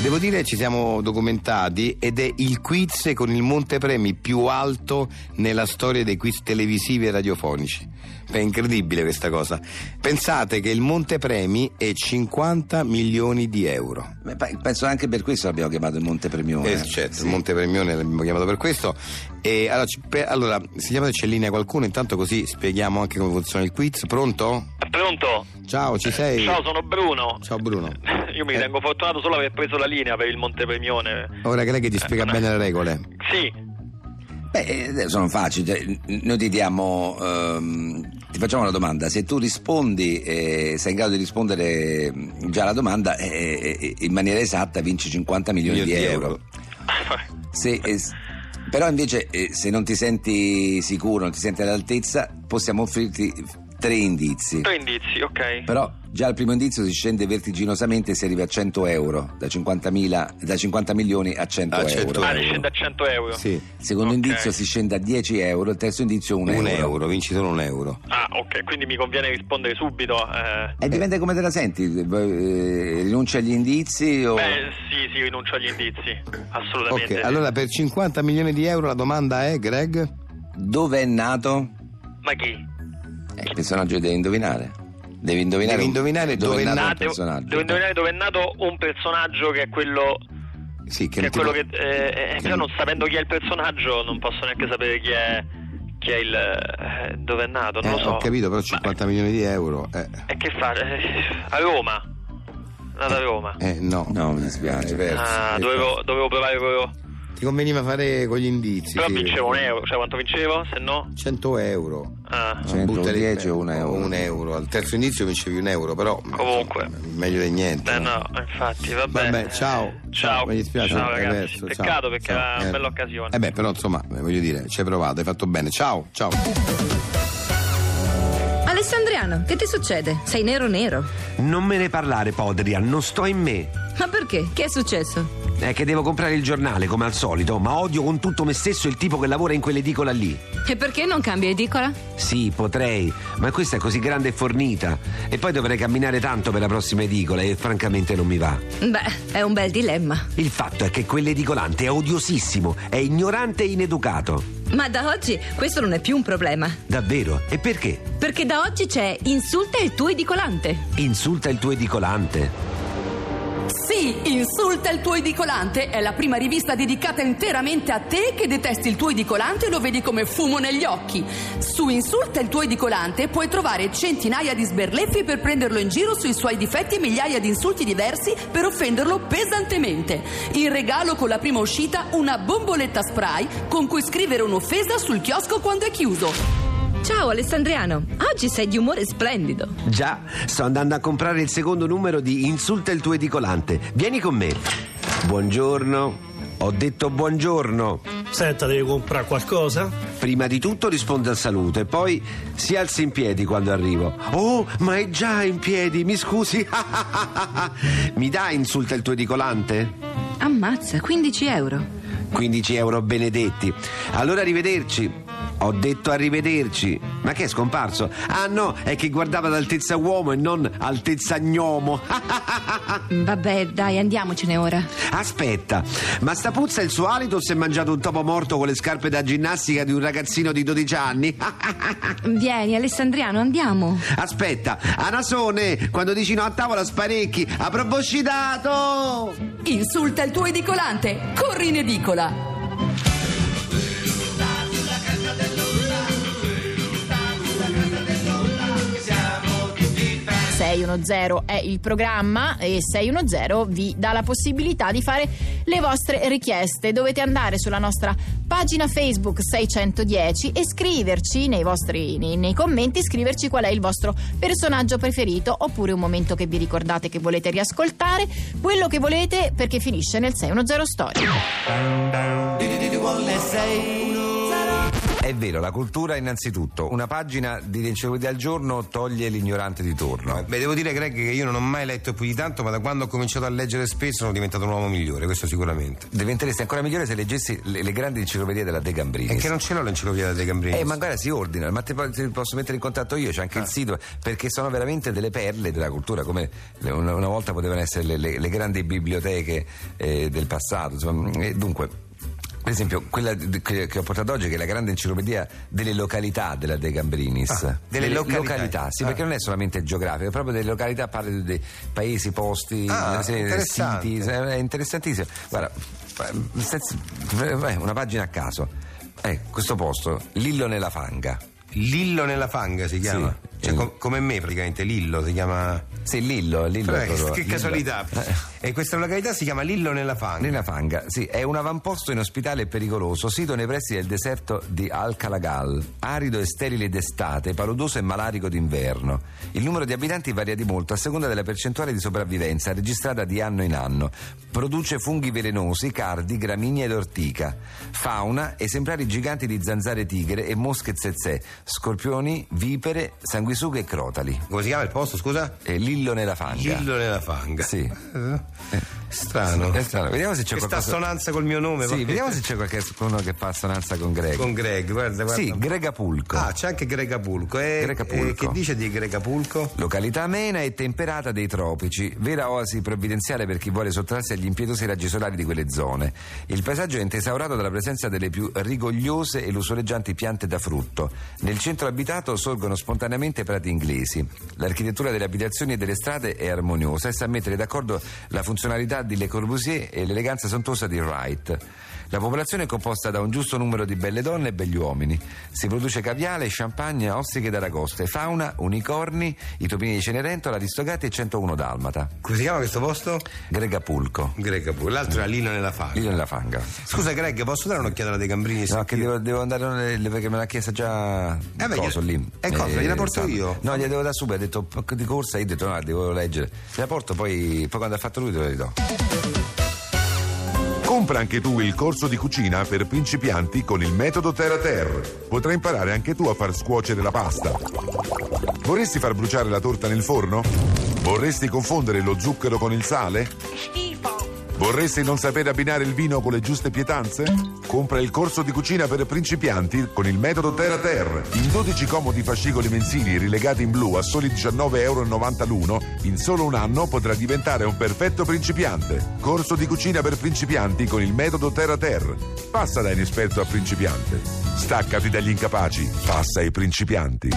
Devo dire ci siamo documentati ed è il quiz con il montepremi più alto nella storia dei quiz televisivi e radiofonici. È incredibile questa cosa. Pensate che il montepremi è 50 milioni di euro. Beh, pe- penso anche per questo l'abbiamo chiamato il Montepremione. Eh, certo, il montepremione l'abbiamo chiamato per questo. E allora, ci- per- allora, sentiamo se c'è in linea qualcuno, intanto così spieghiamo anche come funziona il quiz. Pronto? Pronto? Ciao, ci sei? Ciao, sono Bruno. Ciao Bruno. Io mi Eh. ritengo fortunato solo aver preso la linea per il Montepremione. Ora che lei che ti spiega bene le regole. Sì, Beh, eh, sono facili. cioè, noi ti diamo. ehm, ti facciamo una domanda. Se tu rispondi, eh, sei in grado di rispondere mm, già alla domanda eh, eh, in maniera esatta, vinci 50 milioni di Milioni di euro. euro. Se, eh, s- però invece, eh, se non ti senti sicuro, non ti senti all'altezza, possiamo offrirti tre indizi. tre indizi, ok. Però già al primo indizio si scende vertiginosamente e si arriva a 100 euro, da 50.000 da 50 milioni a 100 A euro. 100 Ah, euro. scende a 100 euro. Sì. Secondo Ok. indizio si scende a 10 euro, il terzo indizio 1 Un euro, vinci solo un euro. Ah, ok, quindi mi conviene rispondere subito. eh. E dipende come te la senti, eh, rinunci agli indizi o... Beh, sì, sì, rinuncio agli indizi. Assolutamente. Ok, sì. allora per 50 milioni di euro la domanda è, Greg? Dove è nato? Ma chi? Eh, il personaggio devi indovinare. Devi indovinare, Devi un- indovinare dove è il nato. Ah, devo, personaggio. devo indovinare dove è nato un personaggio che è quello Sì, che, che, è non ti- quello che, eh, eh, che però non- non sapendo chi è il personaggio non posso neanche sapere chi è chi è il eh, dove è nato non Eh, lo so Ho capito, però 50 milioni di euro. Eh, Ma- e che fa Eh, a Roma nato a Roma eh, no. No, mi dispiace. Eh, verso. ah, Eh, dovevo, dovevo provare proprio Ti conveniva fare con gli indizi. però sì. vincevo un euro cioè quanto vincevo se no 100 euro. ah, Cioè, 110 o un euro. Un euro. Al terzo inizio vincevi un euro, però. Comunque. insomma, meglio di niente. eh no? no infatti vabbè Vabbè, ciao. ciao, mi dispiace. ciao, è ragazzi verso, ciao. peccato perché Ciao. era una Eh, bella occasione Eh beh, però insomma, eh, voglio dire, ci hai provato, hai fatto bene. Ciao, ciao. Alessandriano, che ti succede? Sei nero nero. Non me ne parlare, Podria, non sto in me. Ma perché? Che è successo? È che devo comprare il giornale, come al solito, ma odio con tutto me stesso il tipo che lavora in quell'edicola lì. E perché non cambia edicola? Sì, potrei, ma questa è così grande e fornita. E poi dovrei camminare tanto per la prossima edicola e francamente non mi va. Beh, è un bel dilemma. Il fatto è che quell'edicolante è odiosissimo, è ignorante e ineducato. Ma da oggi questo non è più un problema. Davvero? E perché? Perché da oggi c'è insulta il tuo edicolante. Insulta il tuo edicolante. Sì, Insulta il tuo edicolante è la prima rivista dedicata interamente a te che detesti il tuo edicolante e lo vedi come fumo negli occhi. Su Insulta il tuo edicolante puoi trovare centinaia di sberleffi per prenderlo in giro sui suoi difetti e migliaia di insulti diversi per offenderlo pesantemente. In regalo con la prima uscita una bomboletta spray con cui scrivere un'offesa sul chiosco quando è chiuso. Ciao Alessandriano, oggi sei di umore splendido. Già, sto andando a comprare il secondo numero di Insulta il tuo edicolante. Vieni con me. Buongiorno. Ho detto buongiorno. Senta, devi comprare qualcosa? Prima di tutto risponde al saluto e poi si alza in piedi quando arrivo. Oh, ma è già in piedi, mi scusi. mi dà insulta il tuo edicolante? Ammazza, 15 euro. 15 euro benedetti. Allora arrivederci. Ho detto arrivederci. Ma che è scomparso? Ah no, è che guardava ad altezza uomo e non altezza gnomo. Vabbè, dai, andiamocene ora. Aspetta, ma sta puzza è il suo alito o si è mangiato un topo morto con le scarpe da ginnastica di un ragazzino di 12 anni? Vieni Alessandriano, andiamo. Aspetta, Anasone, quando dici no a tavola sparecchi, a proboscidato! Insulta il tuo edicolante, corri in edicola! Sì. 610 è il programma e 610 vi dà la possibilità di fare le vostre richieste. Dovete andare sulla nostra pagina Facebook 610 e scriverci nei vostri nei, nei commenti scriverci qual è il vostro personaggio preferito oppure un momento che vi ricordate che volete riascoltare, quello che volete perché finisce nel 610 Story. È vero, la cultura innanzitutto. Una pagina di enciclopedia al giorno toglie l'ignorante di torno. Beh, devo dire, Greg, che io non ho mai letto più di tanto, ma da quando ho cominciato a leggere spesso sono diventato un uomo migliore, questo sicuramente. Diventeresti ancora migliore se leggessi le, le grandi enciclopedie della De Gambrinis. E che non ce l'ho l'enciclopedia dei Gambrini. Eh, ma guarda, si ordina, ma te po- ti posso mettere in contatto io, c'è Ah. anche il sito, perché sono veramente delle perle della cultura, come le- una, una volta potevano essere le, le- le grandi biblioteche eh, del passato. Insomma. E dunque. Per esempio, quella di- che che ho portato oggi, che è la grande enciclopedia delle località della De Gambrinis. Ah, delle località. sì, Ah. perché non è solamente geografica, è proprio delle località, parla di dei paesi, posti, Ah, una serie di interessante. siti, è interessantissimo. Guarda, eh, senza- vai, eh, una pagina a caso. Eh, questo posto, Lillo nella fanga. Lillo nella fanga si chiama. Sì. Cioè, Eh. com- come me praticamente, Lillo si chiama. Sì, Lillo, Lillo. Però, eh, proprio, che Lillo. casualità. E questa località si chiama Lillo nella fanga. Nella fanga, sì, è un avamposto inospitale e pericoloso, sito nei pressi del deserto di Al-Kalagal, arido e sterile d'estate, paludoso e malarico d'inverno. Il numero di abitanti varia di molto a seconda della percentuale di sopravvivenza registrata di anno in anno. Produce funghi velenosi, cardi, gramigna ed ortica. Fauna, esemplari giganti di zanzare tigre e mosche zezè, scorpioni, vipere, sanguisughe e crotali. Come si chiama il posto, scusa? E Lillo nella fanga. Lillo nella fanga. Sì. Eh, Strano. È strano, Vediamo se c'è Questa qualcosa. assonanza col mio nome. Sì, va- vediamo se c'è qualcuno che fa assonanza con Greg. Con Greg, guarda, guarda. Sì, Gregapulco. Ah, c'è anche Gregapulco. E, Gregapulco. e che dice di Gregapulco? Località amena e temperata dei tropici, vera oasi provvidenziale per chi vuole sottrarsi agli impietosi raggi solari di quelle zone. Il paesaggio è intesaurato dalla presenza delle più rigogliose e lusoreggianti piante da frutto. Nel centro abitato sorgono spontaneamente prati inglesi. L'architettura delle abitazioni e delle strade è armoniosa e sa mettere d'accordo la funzionalità di Le Corbusier e l'eleganza sontuosa di Wright. La popolazione è composta da un giusto numero di belle donne e begli uomini. Si produce caviale, champagne, ostriche d'aragoste, fauna, unicorni, i topini di Cenerentola, aristogati e 101 dalmata. Come si chiama questo posto? Gregapulco. Gregapulco. L'altro era Lillo nella fanga. Lì nella fanga. Scusa, Greg, posso dare un'occhiata alla De Gambrini? No, che devo, devo andare eh, perché me l'ha chiesta già beh, coso gliela- lì. eh, cosa, gliela porto sabato. io? No, gliela devo dare subito, ha detto "P- di corsa, io ho detto no, devo leggere. Gliela porto poi, poi quando ha fatto lui te la ridò. Compra anche tu il corso di cucina per principianti con il metodo Terra Terra. Potrai imparare anche tu a far scuocere la pasta. Vorresti far bruciare la torta nel forno? Vorresti confondere lo zucchero con il sale? Vorresti non sapere abbinare il vino con le giuste pietanze? Compra il corso di cucina per principianti con il metodo Terra Terra. In 12 comodi fascicoli mensili rilegati in blu a soli 19,90 euro l'uno, in solo un anno potrà diventare un perfetto principiante. Corso di cucina per principianti con il metodo Terra Terra. Passa da inesperto a principiante. Staccati dagli incapaci, passa ai principianti.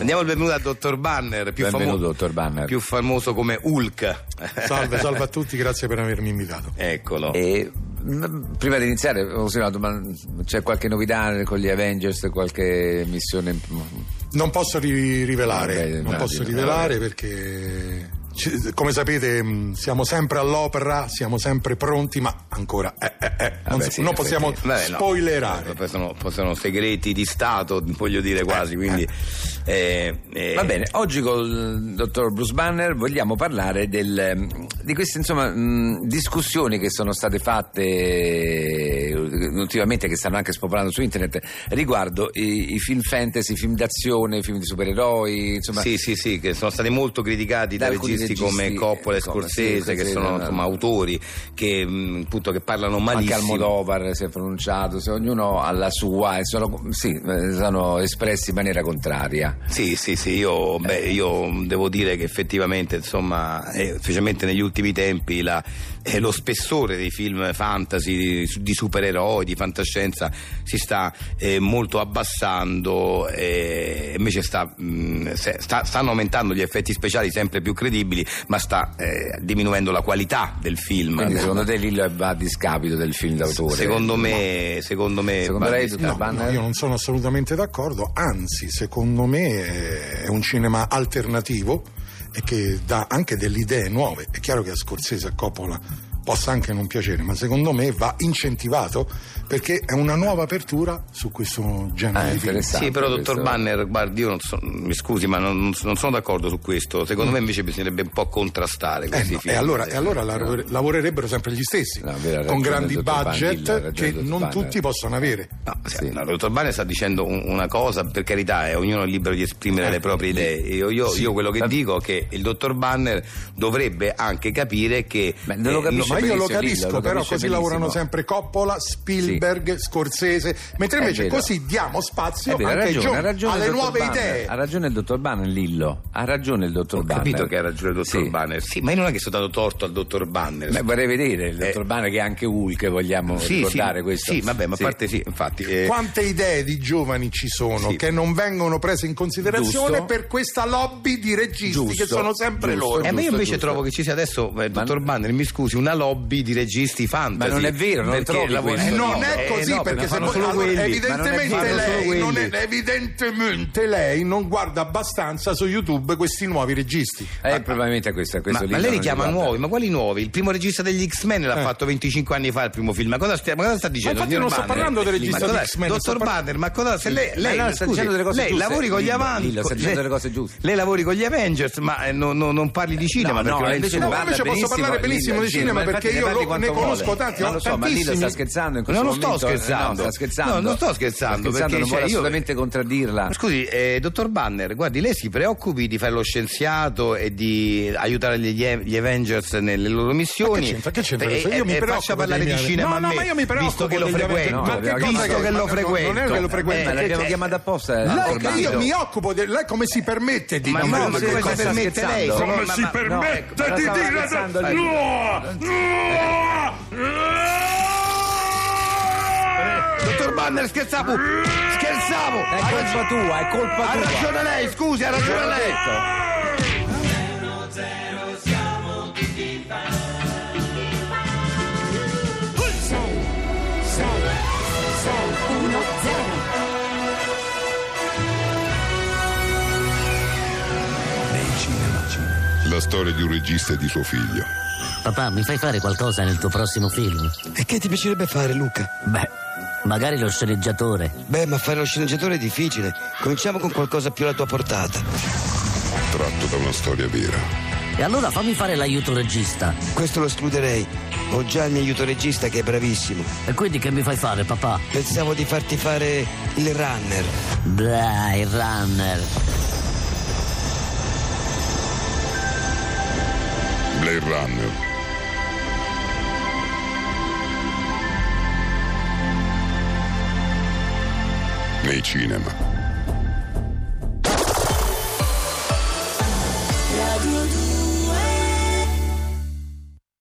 Andiamo al benvenuto al dottor Banner, più, Benvenuto, famo- dottor Banner. più famoso come Hulk. Salve, salve a tutti, grazie per avermi invitato. Eccolo. E, mh, prima di iniziare, oh, ho una domanda, c'è qualche novità con gli Avengers, qualche missione? mm, in- Non posso ri- rivelare, Vabbè, non immagino, posso rivelare perché ci- come sapete mh, siamo sempre all'opera, siamo sempre pronti, ma ancora eh, eh, eh, non, Vabbè, si- sì, non possiamo effettivamente. Vabbè, no. spoilerare. Eh, poi Sono, poi sono segreti di Stato, voglio dire quasi, quindi... eh, eh, Va bene, oggi col eh, dottor Bruce Banner vogliamo parlare del, mm, di queste insomma, mm, discussioni che sono state fatte eh, ultimamente, che stanno anche spopolando su internet, riguardo i, i film fantasy, i film d'azione, i film di supereroi, insomma... sì, sì, sì, che sono stati molto criticati da, Da alcuni registi, come registi, Coppola e eh, come- sì, Scorsese, che Scorsese, sono no, no. insomma, autori che, mh, appunto, che parlano malissimo. Anche Almodovar si è pronunciato, se ognuno ha la sua, e sono, sì, eh, sono espressi in maniera contraria. Sì, sì, sì, io, beh, io devo dire che effettivamente, insomma, eh, specialmente negli ultimi tempi, la- eh, lo spessore dei film fantasy, di, di supereroi, di fantascienza, si sta eh, molto abbassando, eh, invece sta, mh, se- sta- stanno aumentando gli effetti speciali sempre più credibili, ma sta eh, diminuendo la qualità del film. Quindi secondo te Lillo va a discapito del film d'autore? Secondo me, secondo me, Secondo lei, No, dottor Banner? no, io non sono assolutamente d'accordo, anzi, secondo me è un cinema alternativo e che dà anche delle idee nuove. È chiaro che a Scorsese e a Coppola possa anche non piacere, ma secondo me va incentivato perché è una nuova apertura su questo Ah, genere di film. Sì, però, dottor Banner, guardi, io non so- mi scusi, ma non, non- non sono d'accordo su questo. Secondo me invece bisognerebbe un po' contrastare Eh questi no, film. e allora, e allora lavore- lavorerebbero sempre gli stessi, aveva con ragione grandi il dottor Vanni, ha budget ragione che il dottor non Vanni. tutti possono avere. No, sì, no, il dottor Banner sta dicendo un- una cosa, per carità, eh, ognuno è libero di esprimere le proprie idee. Io, io- io quello che dico è che il dottor Banner dovrebbe anche capire che. non lo eh, capisce Ma io benissimo, lo capisco, Lillo, lo però capisce così lavorano benissimo. sempre Coppola, Spielberg, Scorsese, mentre È invece vero. così diamo spazio Eh È vero, Eh, ha anche ai ragione, ha giovani, ragione alle il dottor nuove Banner, idee. Ha ragione il dottor Banner, Lillo. Ha ragione il dottor Ho Banner. capito che ha ragione il dottor Sì. Banner, sì, ma io non è che sono dato torto al dottor Banner. Beh, vorrei vedere il dottor Eh. Banner che è anche Hulk, vogliamo sì, ricordare sì, questo. Sì, vabbè, ma a parte sì, infatti. eh, Quante idee di giovani ci sono Sì. che non vengono prese in considerazione Giusto. per questa lobby di registi Giusto, che sono sempre giusto. loro? Eh, ma io invece giusto. trovo che ci sia adesso, eh, dottor Banner, mi scusi, una lobby di registi fantasy. Ma non è vero, non Perché trovi lavorano- questo, Eh, Non no, è eh, così no, perché se fanno poi- solo allora, quelli. Ma evidentemente, non è- fanno solo lei non è- quelli. evidentemente lei non guarda abbastanza su YouTube questi nuovi registi. Eh, probabilmente questo, questo Ma, lì ma lei non Eh. li chiama riguarda. nuovi, ma quali nuovi? Il primo regista degli X-Men l'ha fatto 25 anni fa il primo film, ma cosa, stia- ma cosa sta dicendo? infatti signor non sto Banner? parlando del Ma regista cosa- di X-Men, sto Dottor par- Banner, ma cosa se lei, Ma lei, no, sta scusi, dicendo delle cose lei giuste, lavori con gli Lillo, avanti, Lillo, sta dicendo delle cose giuste. Lei lavori con gli Avengers, ma eh, no- no- non parli di cinema No, perché no, non è il invece suo. No, parla invece posso benissimo, parlare benissimo Lillo, di sì, cinema ma infatti perché ne io parli lo- ne quanto conosco vuole. tanti, Ma ho lo so, ma Lillo sta tantissimi. scherzando in No, questo non sto momento. Eh, no, scherzando. sta scherzando. No, non sto Sta scherzando, scherzando, perché, non cioè, vuole io- assolutamente contraddirla. Ma Scusi, eh, dottor Banner, guardi, lei si preoccupi di fare lo scienziato e di aiutare gli, gli Avengers nelle loro missioni. Ma che c'entra? Che c'entra E- questo? e- Io mi e preoccupo faccia parlare dei di miei- cinema. No, a no, me, ma io mi preoccupo Visto che degli lo frequento. Avengers. Ma che visto cosa che- che ma lo non- frequento. non è che lo frequento. Eh, che- l'abbiamo che- chiamata apposta. eh, Lei dottor che io Banner. mi occupo di lei come si permette di Ma dire no, queste come si cose? permette lei? scherzando? Sono- Come ma- si ma- no, ecco, ma la stava scherzando, no, Lillo. Dottor Banner, scherzavo! Scherzavo! Ecco, È colpa tua, è colpa Ha tua. ragione lei, scusi, ha ragione lei! La storia di un regista e di suo figlio. Papà, mi fai fare qualcosa nel tuo prossimo film? E che ti piacerebbe fare, Luca? Beh, magari lo sceneggiatore. Beh, ma fare lo sceneggiatore è difficile. Cominciamo con qualcosa più alla tua portata. Tratto da una storia vera. E allora fammi fare l'aiuto regista. Questo lo escluderei. Ho già il mio aiuto regista che è bravissimo. E quindi che mi fai fare, papà? Pensavo di farti fare il runner. Dai, runner. Blade Runner. Nei cinema.